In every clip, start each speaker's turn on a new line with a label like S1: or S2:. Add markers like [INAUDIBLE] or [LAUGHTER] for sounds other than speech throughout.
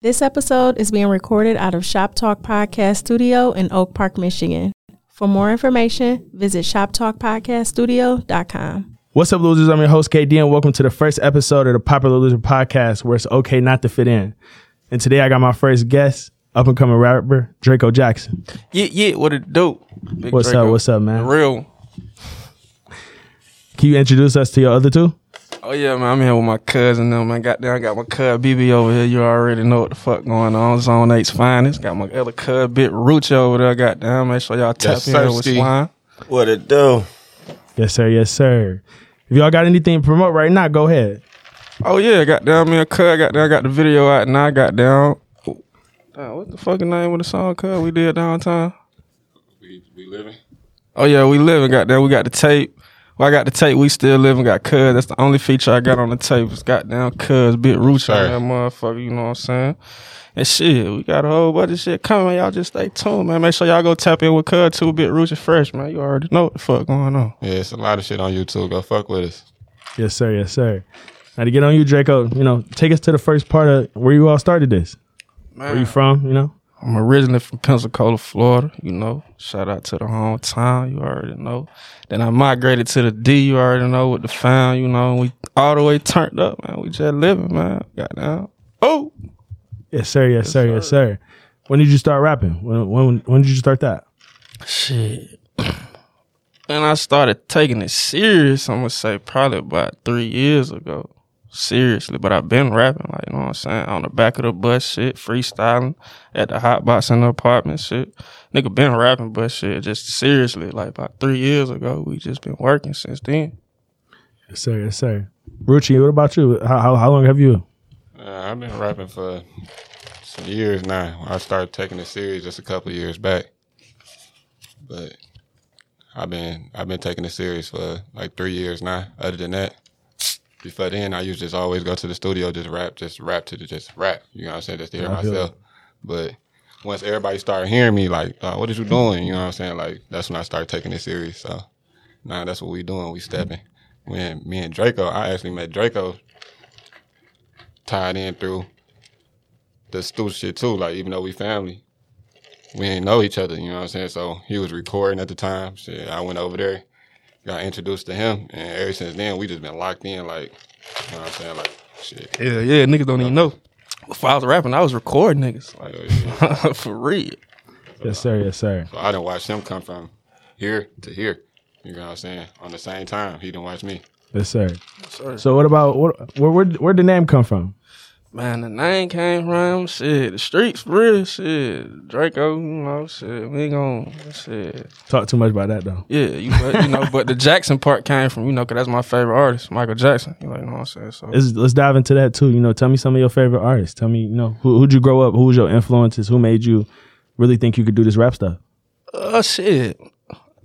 S1: This episode is being recorded out of Shop Talk Podcast Studio in Oak Park, Michigan. For more information, visit shoptalkpodcaststudio.com.
S2: What's up, losers? I'm your host, KD, and welcome to the first episode of the Popular Loser Podcast, where it's okay not to fit in. And today I got my first guest, up and coming rapper, Draco Jackson.
S3: Yeah, yeah, what it do? Big
S2: What's up?
S3: Draco.
S2: What's up,
S3: The
S2: man?
S3: Real.
S2: Can you introduce us to your other two?
S3: Oh yeah, man, I'm here with my cousin though, man. Goddamn, I got my cub BB over here. You already know what the fuck going on. Zone eight's finest. Got my other cub bit Rucha over there. Goddamn, make sure y'all tap
S4: That's
S3: in with
S4: thirsty.
S3: swine.
S4: What it do?
S2: Yes, sir. Yes, sir. If y'all got anything to promote right now, go ahead.
S3: Oh yeah, goddamn, me and cub. Goddamn, got the video out and I got down. Damn, what the fucking name of the song, cub? We did downtown.
S5: We, we living.
S3: Oh yeah, we living. Goddamn, we got the tape. Well, I got the tape. We still living. Got cuz. That's the only feature I got on the tape. Is goddamn cuz bit roots on
S4: Sorry.
S3: that motherfucker. You know what I'm saying? And shit, we got a whole bunch of shit coming. Y'all just stay tuned, man. Make sure y'all go tap in with cuz too. Bit roots and fresh, man. You already know what the fuck going on.
S5: Yeah, it's a lot of shit on YouTube. Go fuck with us.
S2: Yes, sir. Yes, sir. Now to get on you, Draco, you know, take us to the first part of where you all started this. Where you from? You know,
S3: I'm originally from Pensacola, Florida. You know, shout out to the hometown. You already know. Then I migrated to the D. You already know with the found. You know, we all the way turned up, man. We just living, man. Goddamn. Oh.
S2: yes, sir. Yes, sir. Yes, sir. When did you start rapping? When when when did you start that?
S3: Shit. And I started taking it serious, I'm gonna say probably about three years ago. Seriously, but I've been rapping, like, you know what I'm saying? On the back of the bus shit, freestyling at the hot box in the apartment shit. Nigga been rapping, but shit, just seriously, like about three years ago, we just been working since then.
S2: Yes, sir. Yes, sir. Ruchi, what about you? How, how, how long have you?
S5: Uh, I've been rapping for some years now. I started taking it serious just a couple of years back, but I've been I've been taking it serious for like three years now. Other than that, before then I used to just always go to the studio, just rap, just rap to the just rap. You know what I'm saying? Just to hear
S2: I feel
S5: myself. But once everybody started hearing me, like, uh, what is you doing? You know what I'm saying? Like that's when I started taking it serious. So now that's what we doing. We stepping. When me and Draco, I actually met Draco tied in through the stool shit too. Like even though we family, we ain't know each other. You know what I'm saying? So he was recording at the time. Shit, I went over there, got introduced to him, and ever since then we just been locked in. Like you know what I'm saying? Like shit.
S3: Yeah, yeah, niggas don't even know. Before I was rapping, I was recording niggas, [LAUGHS]
S5: Like, yeah.
S3: like, for real.
S2: Yes, sir. Yes, sir.
S5: So I done watched him come from here to here. You know what I'm saying? On the same time, he didn't watch me.
S2: Yes, sir. So, what about what? Where where where'd the name come from?
S3: Man, the name came from shit. The streets for real shit. Draco, you know, shit. We gon' shit.
S2: Talk too much about that though.
S3: Yeah, you, but, you know, but the Jackson part came from, you know, cause that's my favorite artist, Michael Jackson. You like, know what I'm saying? So
S2: Let's, let's dive into that too. You know, tell me some of your favorite artists. Tell me, you know, who, who'd you grow up? Who was your influences? Who made you really think you could do this rap stuff?
S3: uh, shit.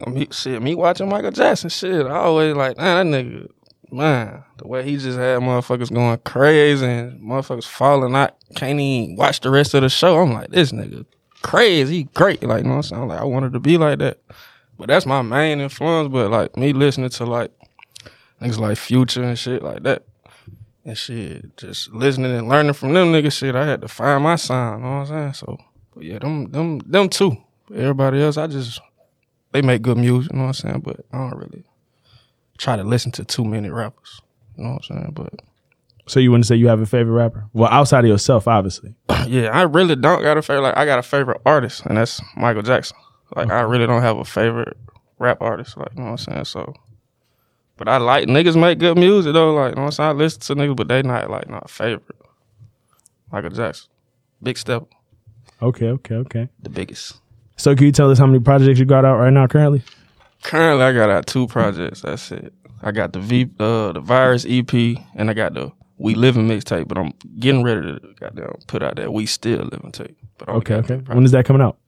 S3: I mean, shit, me watching Michael Jackson, shit. I always like, man, that nigga, man, the way he just had motherfuckers going crazy and motherfuckers falling out, can't even watch the rest of the show. I'm like, this nigga crazy, he great. Like, you know what I'm saying? Like, I wanted to be like that. But that's my main influence. But like me listening to like niggas like Future and shit like that. And shit, just listening and learning from them niggas shit, I had to find my sign, you know what I'm saying? So but yeah, them them them two. But everybody else, I just they make good music, you know what I'm saying? But I don't really try to listen to too many rappers. You know what I'm saying? But [CLEARS THROAT]
S2: So you wouldn't say you have a favorite rapper? Well, outside of yourself, obviously.
S3: Yeah, I really don't got a favorite. Like I got a favorite artist, and that's Michael Jackson. Like I really don't have a favorite rap artist. Like you know what I'm saying. So, but I like niggas make good music though. Like you know what I'm saying. I listen to niggas, but they not like not favorite. Michael Jackson, big step,
S2: Okay, okay, okay.
S3: the biggest.
S2: So can you tell us how many projects you got out right now currently?
S3: Currently, I got out two projects. That's it. I got the V, uh, the Virus EP, and I got the We Living mixtape. But I'm getting ready to goddamn put out that We Still Living tape. But I only
S2: Okay,
S3: got
S2: okay.
S3: two projects.
S2: When is that coming out?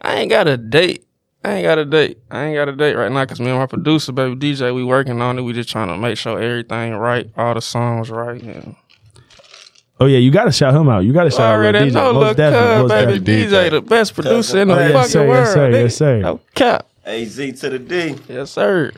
S3: I ain't got a date. I ain't got a date. I ain't got a date right now because me and my producer, baby DJ, we working on it. We just trying to make sure everything right, all the songs right. And
S2: Oh yeah, you gotta shout him out. You gotta shout
S3: I
S2: out
S3: already
S2: Lil DJ.
S3: know,
S2: Most
S3: look,
S2: definitely,
S3: cuz,
S2: most
S3: baby
S2: definitely.
S3: DJ, the best producer in the
S2: Oh, yes,
S3: fucking
S2: sir,
S3: world.
S2: yes, sir,
S3: nigga.
S2: yes, sir.
S3: No cap.
S4: AZ to the D.
S3: Yes, sir.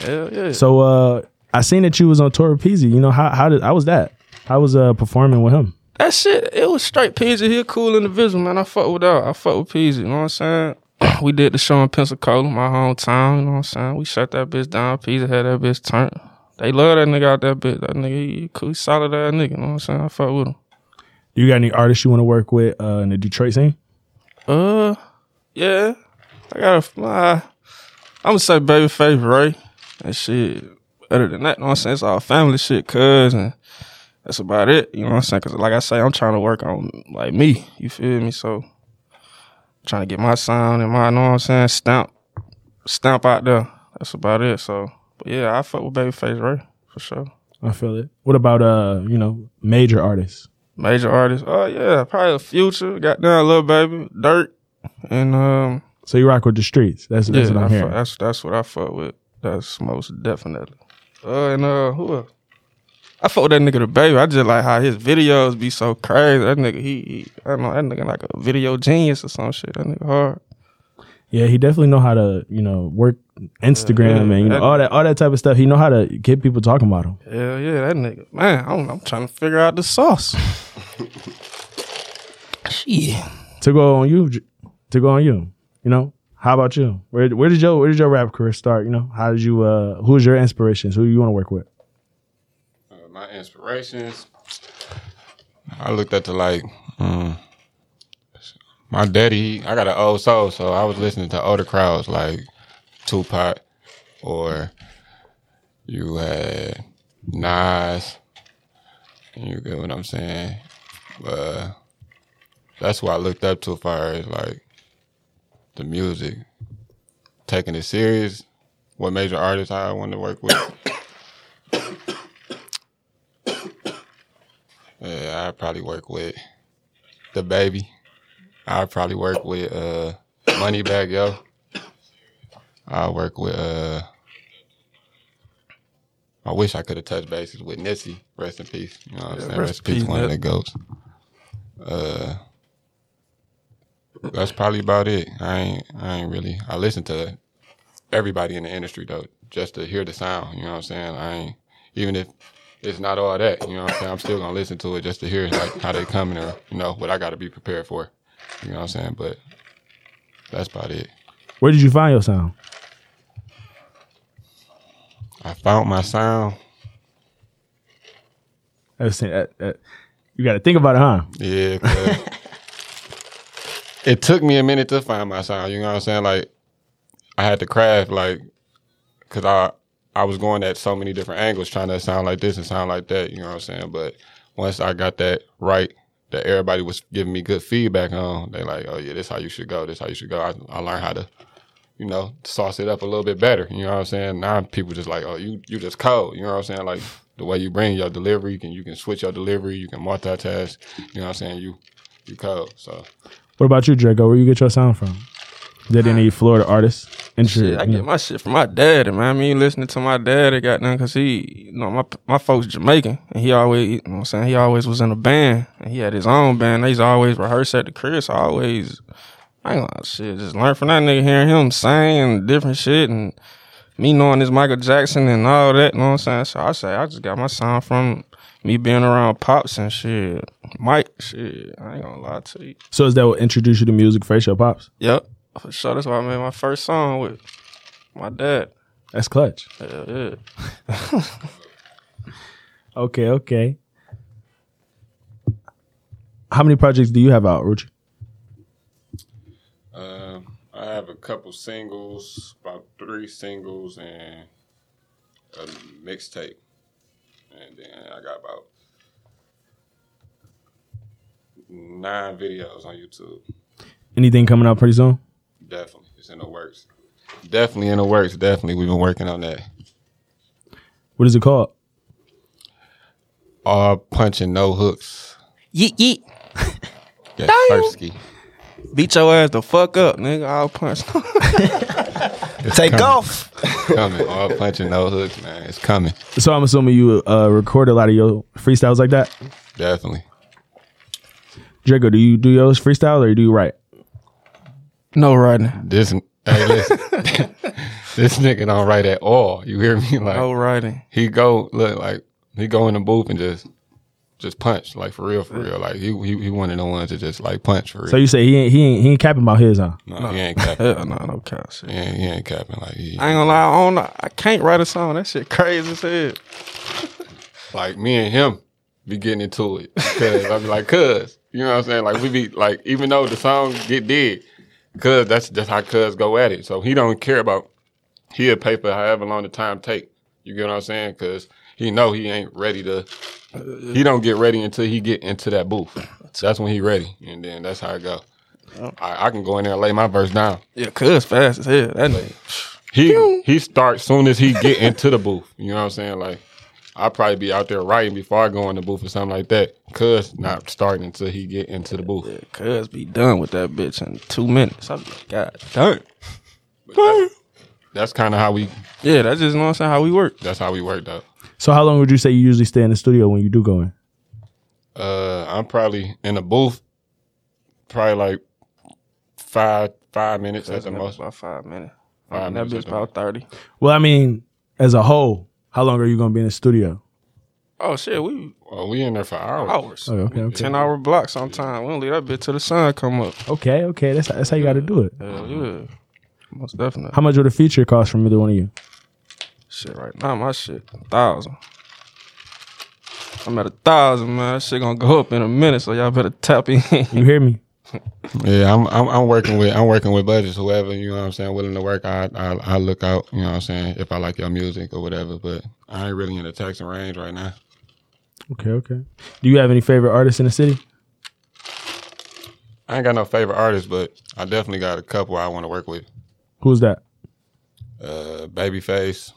S3: Hell yeah.
S2: So uh I seen that you was on Tora Pizzi. You know how how did how was that? How was uh performing with him?
S3: that shit, it was straight Peasy. He a cool individual, man. I fuck with that. I fuck with Peasy. You know what I'm saying? [CLEARS THROAT] we did the show in Pensacola, my hometown. You know what I'm saying? We shut that bitch down. Peasy had that bitch turned. They love that nigga out that bitch. That nigga, he cool, he solid ass nigga. You know what I'm saying? I fuck with him.
S2: You got any artists you want to work with uh, in the Detroit scene?
S3: Uh, yeah. I gotta fly. I'm gonna say baby favorite, right? That shit. Other than that, you know what I'm saying? It's all family shit, cuz, and that's about it. You know what I'm saying? Cause like I say, I'm trying to work on like me. You feel me? So trying to get my sound and my, you know what I'm saying? Stamp, stamp out there. That's about it. So, but yeah, I fuck with Babyface, right? For sure.
S2: I feel it. What about uh, you know, major artists?
S3: Major artists. Oh yeah, probably the future. Goddamn, little baby, Dirt, and um.
S2: So you rock with the streets. That's that's what
S3: I
S2: I'm
S3: fuck,
S2: hearing.
S3: that's that's what I fuck with. That's most definitely. Uh, and uh, who else? I fuck with that nigga the baby. I just like how his videos be so crazy. That nigga, he, he I don't know, that nigga like a video genius or some shit. That nigga hard.
S2: Yeah, he definitely know how to you know work Instagram
S3: Yeah,
S2: and you know
S3: that-
S2: all that all that type of stuff. He know how to get people talking about him.
S3: Hell yeah, that nigga. Man, I don't, I'm trying to figure out the sauce. Shit.
S2: To go on you, J- to go on you. You know, how about you? Where where did your where did your rap career start? You know, how did you? uh Who's your inspirations? Who you want to work with?
S5: Uh, my inspirations. I looked up to like um, my daddy. I got an old soul, so I was listening to older crowds like Tupac, or you had Nas. You get what I'm saying? But that's what I looked up to as far as like the music, taking it serious. What major artists I wanted to work with? Yeah, I probably work with the baby. I probably work with uh Money Bag Yo. I work with uh I wish I could have touched bases with Nipsey. Rest in peace. You know what I'm saying? Rest,
S3: rest
S5: in
S3: in
S5: peace,
S3: peace,
S5: one of
S3: Nip.
S5: the goats. Uh that's probably about it. I ain't I ain't really I listen to everybody in the industry though, just to hear the sound, you know what I'm saying? I ain't even if it's not all that. You know what I'm saying? I'm still gonna listen to it just to hear like how they coming or you know what I gotta be prepared for. You know what I'm saying? But that's about it.
S2: Where did you find your sound?
S5: I found my sound.
S2: I was saying that, that- you got to think about it, huh?
S5: Yeah. 'cause it took me a minute to find my sound. You know what I'm saying? Like I had to craft like because I I was going at so many different angles trying to sound like this and sound like that. You know what I'm saying? But once I got that right, that everybody was giving me good feedback on, they like, oh yeah, this how you should go. This how you should go. I, I learned how to. You know, sauce it up a little bit better. You know what I'm saying? Now people just like, oh, you you just cold. You know what I'm saying? Like the way you bring your delivery, you can you can switch your delivery, you can multitask. You know what I'm saying? You you cold. So
S2: What about you, Draco? Where you get your sound from? Did any Florida artists? Intro,
S3: Uh, Shit, I
S2: you know?
S3: get my shit from my daddy, man. I mean, listening to my daddy, goddamn, cause he, you know, my my folks Jamaican, and he always, you know, what I'm saying he always was in a band, and he had his own band. They used to always rehearse at the crib. So I always, I ain't gonna shit, just learn from that nigga, hearing him sing and different shit, and me knowing this Michael Jackson and all that. You know what I'm saying? So I say I just got my sound from me being around pops and shit, Mike, shit. I ain't gonna lie to you.
S2: so is that what introduced you to music for your pops?
S3: Yep, for sure. That's why I made my first song with my dad.
S2: That's clutch.
S3: Hell yeah.
S2: Okay, okay. How many projects do you have out, Ruchi?
S5: Um, I have a couple singles, about three singles, and a mixtape, and then I got about nine videos on YouTube.
S2: Anything coming out pretty soon?
S5: Definitely, it's in the works. Definitely in the works. Definitely, we've been working on that.
S2: What is it called?
S5: All punch and no hooks.
S3: Yeet yeet.
S5: Yes, Firsky.
S3: Beat your ass the fuck up, nigga. I'll punch.
S4: [LAUGHS] Take off.
S5: coming. All punch and no hooks, man. It's coming.
S2: So I'm assuming you uh, record a lot of your freestyles like that.
S5: Definitely.
S2: Draco, do you do yours freestyle or do you write?
S3: no writing.
S5: This. Hey, listen. [LAUGHS] this nigga don't write at all. You hear me? [LAUGHS] Like.
S3: No writing.
S5: he go look like he go in the booth and just just punch, like for real, for real. Like he he, he one of the ones that just like punch for real.
S2: So you say he ain't he ain't he ain't capping about his, huh?
S5: no, he ain't capping. [LAUGHS]
S3: Hell no, no cap shit.
S5: he, ain't, he ain't capping. Like he,
S3: I ain't gonna lie, I don't know. I can't write a song. That shit crazy as hell.
S5: like me and him be getting into it. Cause I be like, cuz, you know what I'm saying? Like we be like, even though the song get dead, cuz that's just how cuz go at it. So he don't care about he'll pay for however long the time take. You get what I'm saying? Cause he know he ain't ready to he don't get ready until he get into that booth. That's when he ready. And then that's how it go. I, I can go in there and lay my verse down.
S3: Yeah, cuz fast as hell. That nigga.
S5: He he starts soon as he get into the booth. You know what I'm saying? Like I'll probably be out there writing before I go in the booth or something like that. Cuz not starting until he get into the booth.
S3: Yeah, cuz be done with that bitch in two minutes. I be like, God damn.
S5: That's kind of how we
S3: Yeah, that's just you know what I'm saying, how we work.
S5: that's how we work though.
S2: So how long would you say you usually stay in the studio when you do go in?
S5: Uh I'm probably in the booth probably like 5 5 minutes at the most.
S3: about five minutes.
S5: Five
S3: And
S5: minutes
S3: that bitch
S5: at the
S3: about thirty.
S2: Well, I mean, as a whole, how long are you gonna be in the studio?
S3: Oh shit, we
S5: Well, we in there for hours.
S3: hours.
S2: Oh, Okay, okay, okay.
S3: Ten hour block sometime. We don't leave that bitch till the sun come up.
S2: Okay, okay. That's that's how you got to do it.
S3: Hell yeah. Most definitely.
S2: How much would a feature cost from either one of you?
S3: Shit right now, my shit, a thousand. I'm at a thousand, man. That shit gonna go up in a minute, so y'all better tap in.
S2: You hear me?
S5: Yeah, I'm, I'm I'm working with I'm working with budgets. Whoever you know, what I'm saying willing to work. I, I I look out. You know, what I'm saying if I like your music or whatever. But I ain't really in the taxing range right now.
S2: Okay, okay. Do you have any favorite artists in the city?
S5: I ain't got no favorite artist, but I definitely got a couple I want to work with.
S2: Who's that?
S5: Uh, Babyface,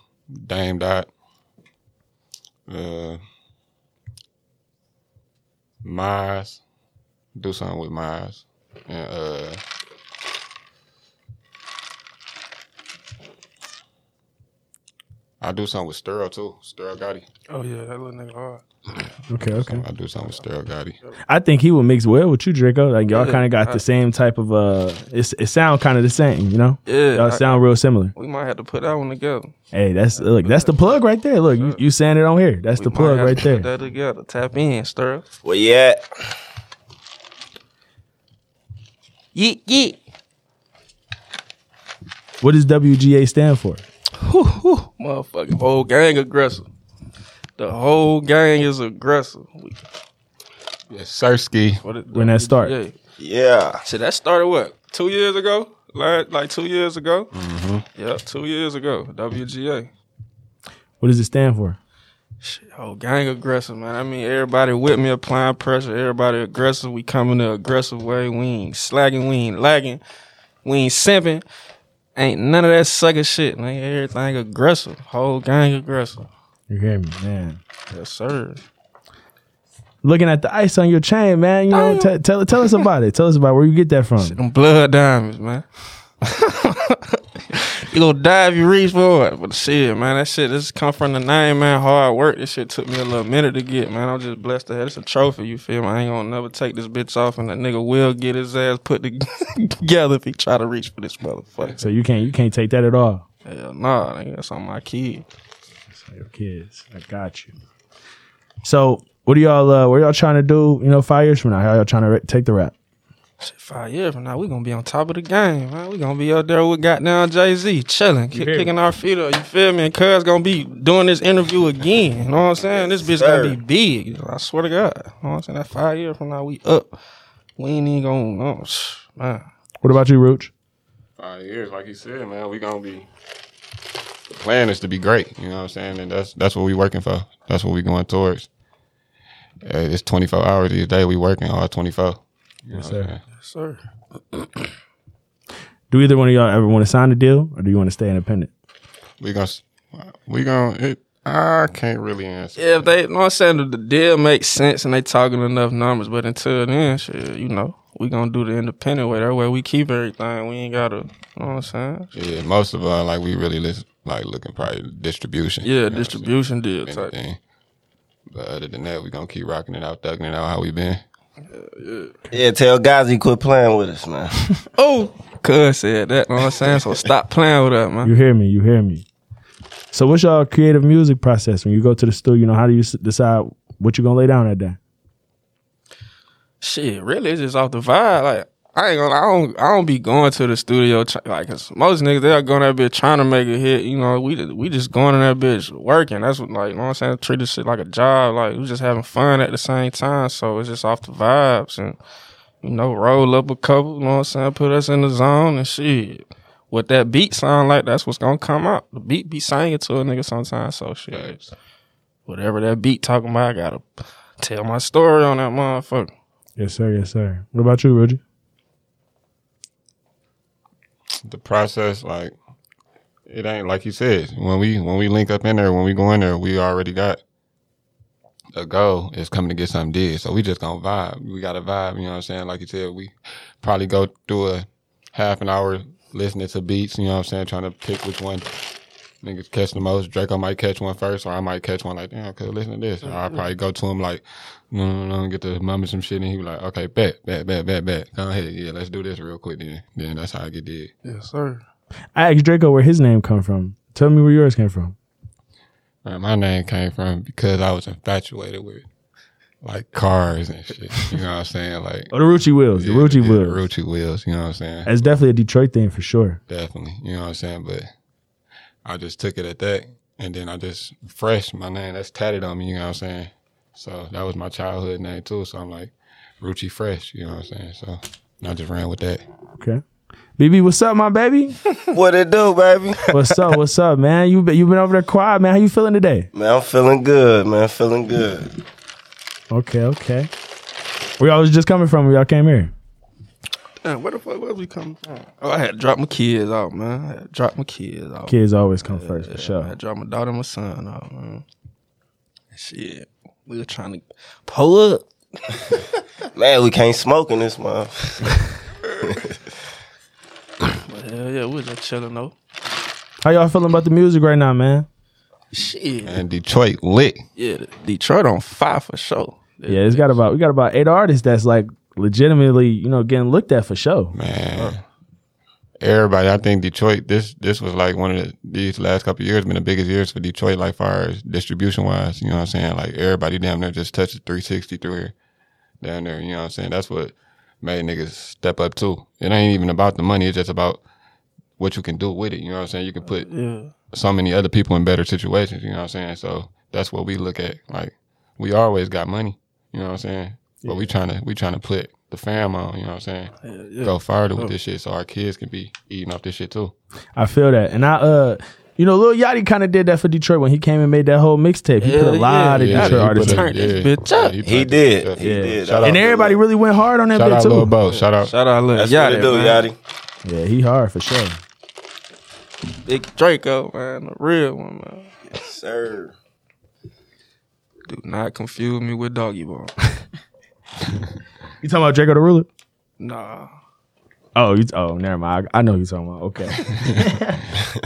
S5: Dame Dot, uh, Miles. Do something with Miles. And uh, I do something with Sterl too. Sterl Gotti.
S3: [LAUGHS] oh yeah, that little nigga hard.
S2: Okay, okay.
S5: I do something with Sterl Gotti.
S2: I think he would mix well with you, Draco. Like y'all kind of got the same type of uh, it's, it sound kind of the same, you know.
S3: Yeah,
S2: Y'all
S3: I-
S2: sound real similar.
S3: We might have to put that one together.
S2: Hey, that's look, that's the plug right there. Look, you, you saying it on here. That's the
S3: We might
S2: plug
S3: have
S2: right
S3: to Put
S2: there.
S3: that together. Tap in, stir.
S4: Where you at?
S3: Yeah, yeah.
S2: What does WGA stand for?
S3: Whew, whew. Motherfucking whole gang aggressive. The whole gang is aggressive. We-
S5: Sersky.
S3: what it-
S2: When that start?
S3: Yeah.
S4: Yeah.
S3: Shit, that started what? Two years ago? Like, like two years ago? Yep, two years ago. WGA.
S2: What does it stand for?
S3: Shit, whole gang aggressive, man. I mean, everybody with me applying pressure. Everybody aggressive. We coming the aggressive way. We ain't slacking. We ain't lagging. We ain't simping. Ain't none of that sucker shit, man. Everything aggressive. Whole gang aggressive.
S2: You hear me, man?
S3: Yes, sir.
S2: Looking at the ice on your chain, man. You know, t- tell tell us about it. Tell us about where you get that from.
S3: Them blood diamonds, man. [LAUGHS] you gonna die if you reach for it. But shit, man, that shit this come from the name, man. Hard work. This shit took me a little minute to get, man. I'm just blessed to have it's a trophy, you feel me? I ain't gonna never take this bitch off and that nigga will get his ass put [LAUGHS] together if he try to reach for this motherfucker.
S2: So you can't you can't take that at all.
S3: Hell nah, nigga, that's on my kid.
S2: your kids. I got you. So, what are y'all? Uh, what are y'all trying to do? You know, five years from now, how y'all trying to re- take the rap?
S3: Shit, Five years from now, we gonna be on top of the game, man. We gonna be out there with goddamn Jay Z, chilling, kick,
S2: hear me?
S3: kicking our feet up. You feel me? And Cuz gonna be doing this interview again. You know what I'm saying? This bitch gonna be
S4: sir.
S3: big. I swear to God. You know what I'm saying? That five years from now, we up. We ain't even gonna know, man.
S2: What about you, Roach?
S5: Five years, like he said, man, we gonna be. The plan is to be great. You know what I'm saying, and that's that's what we working for. That's what we going towards. Uh, it's 24 hours each day. We working all 24.
S2: Yes, sir.
S3: Yes, sir.
S2: Do either one of y'all ever want to sign a deal, or do you want to stay independent?
S5: We gonna s- we gonna. It, I can't really answer.
S3: Yeah, if they, you know what I'm saying? The- The deal makes sense and they talking enough numbers, but until then, shit, you know, we gonna do the independent way. That way we keep everything. We ain't gotta, you know what I'm saying?
S5: Yeah, most of all, like we really listen, like looking probably distribution. you know
S3: Yeah,
S5: what I'm
S3: distribution deal
S5: saying,
S3: type.
S5: anything. But other than that, we gonna keep rocking it out, thugging it out, how we been.
S4: Yeah, tell guys he quit playing with us, man. [LAUGHS]
S3: Oh, cuz said that. You know what I'm saying? So stop playing with that, man.
S2: You hear me? You hear me? So, what's y'all creative music process when you go to the studio? You know, how do you s- decide what you gonna lay down that day?
S3: Shit, really, it's just off the vibe. Like I ain't gonna, I don't, I don't be going to the studio try, like 'cause most niggas they'll go in that bitch trying to make a hit. You know, we ju- we just going in that bitch working. That's what like, you know what I'm saying? Treat this shit like a job. Like we just having fun at the same time. So it's just off the vibes and you know, roll up a couple. You know what I'm saying? Put us in the zone and shit. What that beat sound like? That's what's gonna come out. The beat be singing to a nigga sometimes. So shit, whatever that beat talking about, I gotta tell my story on that motherfucker.
S2: Yes, sir. Yes, sir. What about you, Reggie?
S5: the process like it ain't like you said when we when we link up in there when we go in there we already got a goal is coming to get something did so we just gonna vibe we got a vibe you know what i'm saying like you said we probably go through a half an hour listening to beats you know what i'm saying trying to pick which one niggas catch the most draco might catch one first or i might catch one like damn I could listen to this or i'll probably go to him like no no no get the mummy some shit and he be like okay bet bet bet bet bet go ahead yeah let's do this real quick then then that's how i get did
S3: Yes, sir.
S2: I asked Draco where his name come from. Tell me where yours came from.
S5: Man, Uh, my name came from because I was infatuated with like cars and shit. You know what I'm saying? Like
S2: Oh, the Rucci Wheels. [LAUGHS] The
S5: yeah,
S2: Rucci
S5: yeah,
S2: Wheels.
S5: Ruchi wheels. You know what I'm saying?
S2: That's definitely a Detroit thing for sure.
S5: Definitely. You know what I'm saying? But I just took it at that, and then I just fresh my name. That's tatted on me. You know what I'm saying? So that was my childhood name too. So I'm like Ruchi Fresh. You know what I'm saying? So I just ran with that.
S2: Okay. BB, what's up, my baby?
S4: What it do, baby?
S2: What's up? What's up, man? You be- you been over there quiet, man. How you feeling today?
S4: Man, I'm feeling good, man. Feeling good.
S2: Okay, okay. Where y'all was just coming from? when Y'all came here.
S3: Damn, where the fuck was we coming from? Oh, I had to drop my kids off, man. I had to drop my kids off.
S2: Kids always come first for
S3: I had to
S2: sure.
S3: drop my daughter and my son off, man. Shit. We were trying to pull up.
S4: Man, we can't smoke in this month. [LAUGHS]
S3: But hell yeah, we was just chilling though.
S2: How y'all feeling about the music right now, man?
S3: Shit.
S5: And Detroit lit.
S3: Yeah, Detroit on fire for sure.
S2: Yeah, it's got about we got about eight artists that's like legitimately, you know, getting looked at for sure.
S5: Man. Everybody, I think Detroit. This this was like one of the, these last couple of years been the biggest years for Detroit, like far as distribution wise. You know what I'm saying? Like everybody damn near just touched 360 through here, down there. You know what I'm saying? That's what made niggas step up too. It ain't even about the money. It's just about what you can do with it. You know what I'm saying? You can put
S3: Yeah.
S5: so many other people in better situations. You know what I'm saying? So that's what we look at. Like we always got money. You know what I'm saying? But we trying to we trying to put the fam on. You know what I'm saying?
S3: Yeah, yeah.
S5: go further with this shit so our kids can be eating off this shit too.
S2: I feel that. And I uh you know, Lil Yachty kind of did that for Detroit when he came and made that whole mixtape. He
S3: Yeah,
S2: put a lot
S3: yeah,
S2: of
S3: yeah.
S2: Detroit
S3: He
S2: artists in.
S3: put a-
S5: turned
S3: turned this bitch up.
S4: He did. He
S2: Yeah.
S4: did.
S5: Shout out
S2: And everybody really went hard on that
S5: Shout
S2: bit
S5: out
S2: too.
S5: Lil Bo. Shout out.
S3: Shout out Lil
S4: That's
S3: Yachty,
S4: what it do,
S3: man.
S4: Yachty.
S2: Yeah, he hard for sure.
S3: Big Draco, man. The real one, man.
S4: Sir.
S3: Do not confuse me with Doggy Bone. [LAUGHS]
S2: You talking about Draco the Ruler?
S3: nah.
S2: Oh, you, oh, never mind. I, I know who you're talking about. Okay.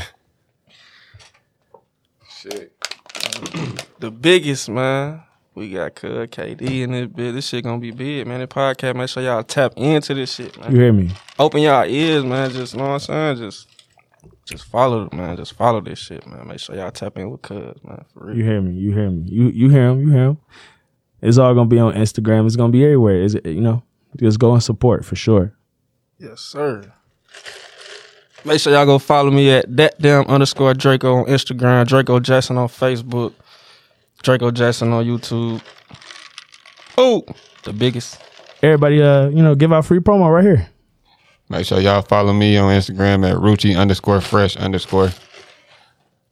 S3: the biggest, man. We got Cud KD in this bit. This shit gonna be big, man. This podcast, make sure y'all tap into this shit, man.
S2: You hear me?
S3: Open y'all ears, man. Just know what I'm saying. Just, just follow, man. Just follow this shit, man. Make sure y'all tap in with Cud, man. For real.
S2: You hear me? You hear me? You you hear him? You hear him? It's all gonna be on Instagram. It's gonna be everywhere. Is it? You know, just go and support for sure.
S3: Yes, sir. Make sure y'all go follow me at that damn underscore Draco on Instagram, Draco Jackson on Facebook, Draco Jackson on YouTube. Oh, the biggest.
S2: Everybody, uh, you know, give out free promo right here.
S5: Make sure y'all follow me on Instagram at Ruchi underscore fresh underscore.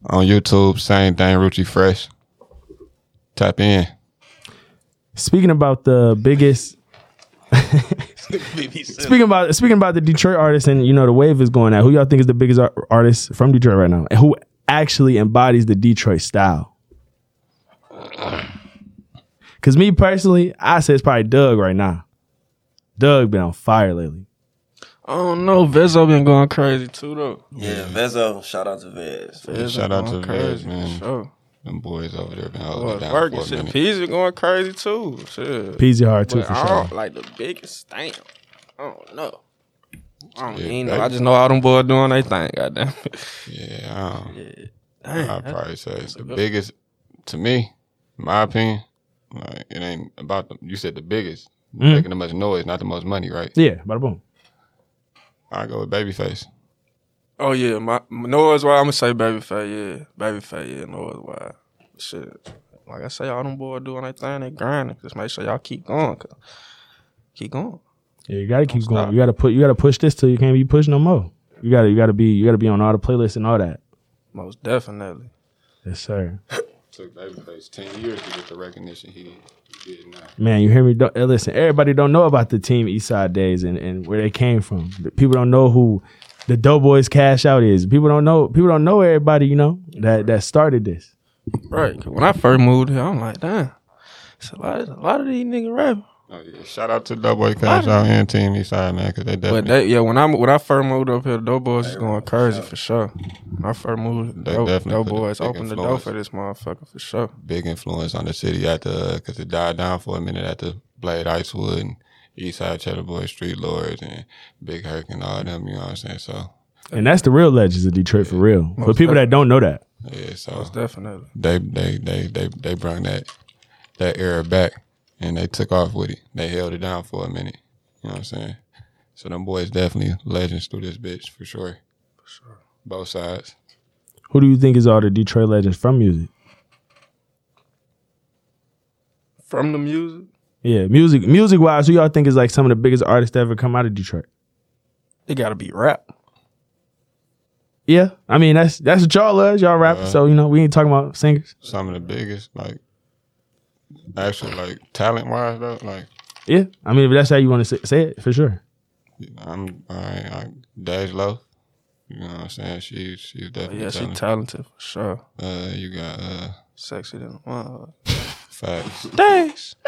S5: On YouTube, same thing, Ruchi Fresh. Tap in.
S2: Speaking about the biggest. speaking about speaking about the Detroit artists and you know the wave is going out. Who y'all think is the biggest ar- artist from Detroit right now, and who actually embodies the Detroit style? Cause me personally, I say it's probably Doug right now. Doug been on fire lately.
S3: I don't know. Vezo been going crazy too though.
S4: Yeah, Vezo. Shout out to Vez.
S3: Vezo
S5: shout out
S3: going
S5: to Vez,
S3: crazy,
S5: man.
S3: for Sure.
S5: Them boys over there been holding
S3: Well,
S5: it down
S3: working
S5: for a
S3: shit.
S5: minute.
S3: P's been going crazy too. Shit.
S2: Peasy hard too
S3: But
S2: for
S3: I
S2: sure.
S3: don't like the biggest thing. I don't know. I don't
S5: Yeah,
S3: even know.
S5: baby.
S3: I just know all them boys doing their thing. Goddamn.
S5: Yeah, I don't,
S3: Dang,
S5: I'd
S3: that-
S5: probably say the biggest to me, my opinion. Like it ain't about the. You said the biggest. making the most noise, not the most money, right?
S2: Yeah, bada boom.
S5: I go with Babyface.
S3: [LAUGHS] Oh yeah, my Noah's why I'm gonna say Babyface. Yeah, Babyface. Yeah, Noah's why. Shit, like I say, all them boys doing their thing, they grinding. Just make sure y'all keep going. 'cause- keep going.
S2: Yeah, you gotta keep going.
S5: stop.
S2: You gotta put. You gotta push this till you can't be pushed no more. You gotta. You gotta be. You gotta be on all the playlists and all that.
S3: Most definitely.
S2: Yes, sir.
S5: Took Babyface ten years to get the recognition he did now.
S2: Man, you hear me? Don't, eh, listen, everybody don't know about the team Eastside Days and, and where they came from. The People don't know who the Doughboys Cash Out is. People don't know. People don't know everybody. You know that that started this.
S3: Right. 'cause When I first moved here, I'm like, damn. It's a lot. A lot of these niggas rapping.
S5: Oh yeah, shout out to Doughboy Cash out and Team Eastside man, cause they
S3: But
S5: definitely
S3: they, yeah, when I when I first moved up here, the Doughboys is going crazy for sure. When I first moved,
S5: They
S3: Dough-
S5: definitely
S3: Doughboys
S5: big
S3: opened the door
S5: influence.
S3: for this motherfucker for sure.
S5: big influence on the city after because it died down for a minute after Blade Icewood and Eastside Cheddar Boy Street Lords and Big Herc and all them. You know what I'm saying? So
S2: And that's the real legends of Detroit for real. For
S3: Most
S2: people that don't know that,
S5: yeah, so
S3: Definitely.
S5: they they they they they brought that that era back and they took off with it. They held it down for a minute. You know what I'm saying? So them boys definitely legends through this bitch for sure. For sure. Both sides.
S2: who do you think is all the Detroit legends from music?
S3: From the music,
S2: Yeah, music, music wise, who y'all think is like some of the biggest artists to ever come out of Detroit?
S3: it got to be rap.
S2: Yeah, I mean that's that's what y'all love, y'all rappers. so you know we ain't talking about singers.
S5: Some of the biggest like actually like talent wise though like.
S2: Yeah, I mean if that's how you want to say, say it, for sure.
S5: I'm all right. I Dash Low. You know what I'm saying? She she's definitely
S3: Oh, Yeah, she
S5: talented.
S3: talented for sure.
S5: uh, you got uh,
S3: Sexy than a motherfucker.
S5: facts.
S3: Thanks. [LAUGHS]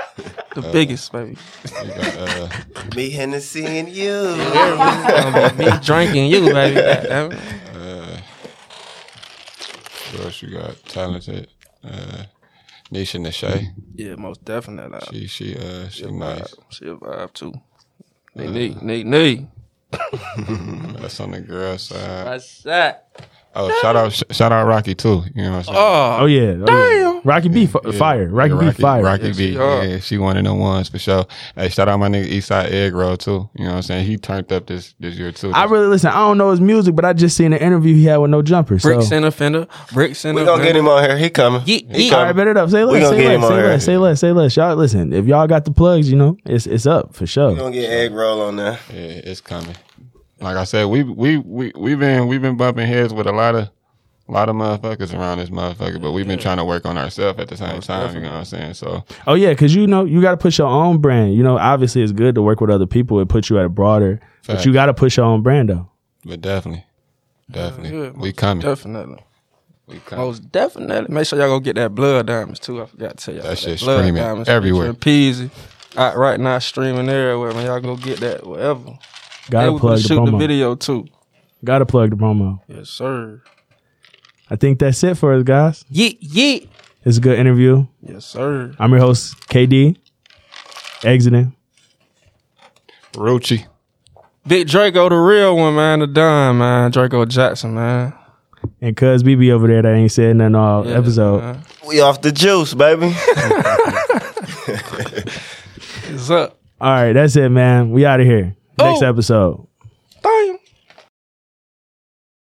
S3: The biggest baby.
S5: You got uh, [LAUGHS]
S4: Me, Hennessy, and you.
S5: [LAUGHS]
S3: Me drinking you, baby. Goddamn it.
S5: who else you got talented. Uh, Nisha Nache.
S3: Yeah, most definitely.
S5: She she uh she nice.
S3: She a vibe too. Knee, knee, knee, knee.
S5: That's on the girl side.
S3: That's that.
S5: Oh, shout out sh- shout out Rocky too. You know what I'm saying?
S3: Oh,
S2: Oh yeah, oh, yeah. Rocky B f- fire, Rocky B
S5: Yeah,
S2: fire.
S5: Rocky B.
S3: she hard.
S5: Yeah, she one of them ones for sure. Hey, shout out my nigga Eastside Egg Roll too. You know what I'm saying? He turned up this this year too.
S2: I really listen. I don't know his music, but I just seen an interview he had with No Jumper. So.
S3: bricks in a fender. Bricks in
S4: [LAUGHS] We
S3: a
S4: gonna get
S3: fender.
S4: him on here. He coming.
S3: Yeet,
S4: He
S3: yeet.
S2: All right,
S4: coming.
S2: bet it up. Say
S4: We
S2: less,
S4: gonna
S2: say
S4: get him
S2: less,
S4: on
S2: say
S4: here.
S2: less, say less, say less. Y'all listen. If y'all got the plugs, you know it's it's up for
S4: We
S2: sure.
S4: gonna get egg roll on there.
S5: Yeah, it's coming. Like I said, we we we we've been we've been bumping heads with a lot of a lot of motherfuckers around this motherfucker, but we've been trying to work on ourselves at the same time. You know what I'm saying? So
S2: Oh yeah, because you know you got to push your own brand. You know, obviously it's good to work with other people. It puts you at a broader, but
S5: Facts.
S2: you got to push your own brand though.
S5: but definitely. Definitely.
S3: Yeah,
S5: we coming.
S3: Definitely.
S5: we coming.
S3: Most definitely. Make sure y'all go get that blood diamonds too. I forgot to tell y'all.
S5: That shit
S3: blood
S5: streaming
S3: diamonds
S5: everywhere.
S3: featuring Peasy. Out right now streaming everywhere. Man, y'all go get that whatever.
S2: Got
S3: and
S2: to
S3: we gonna
S2: plug the
S3: shoot the,
S2: promo.
S3: video too.
S2: Got to plug the promo.
S3: Yes, sir.
S2: I think that's it for us, guys.
S3: Yeet yeet.
S2: It's a good interview.
S3: Yes, sir.
S2: I'm your host, KD. Exiting.
S5: Ruchi.
S3: Big Draco, the real one, man. The Don, man. Draco Jackson, man.
S2: And cuz BB over there that ain't said nothing all
S3: Yeah,
S2: episode.
S3: man.
S4: We off the juice, baby. [LAUGHS]
S3: It's up.
S2: All right, that's it, man. We out of here. Next
S3: Oh.
S2: episode.
S3: Damn.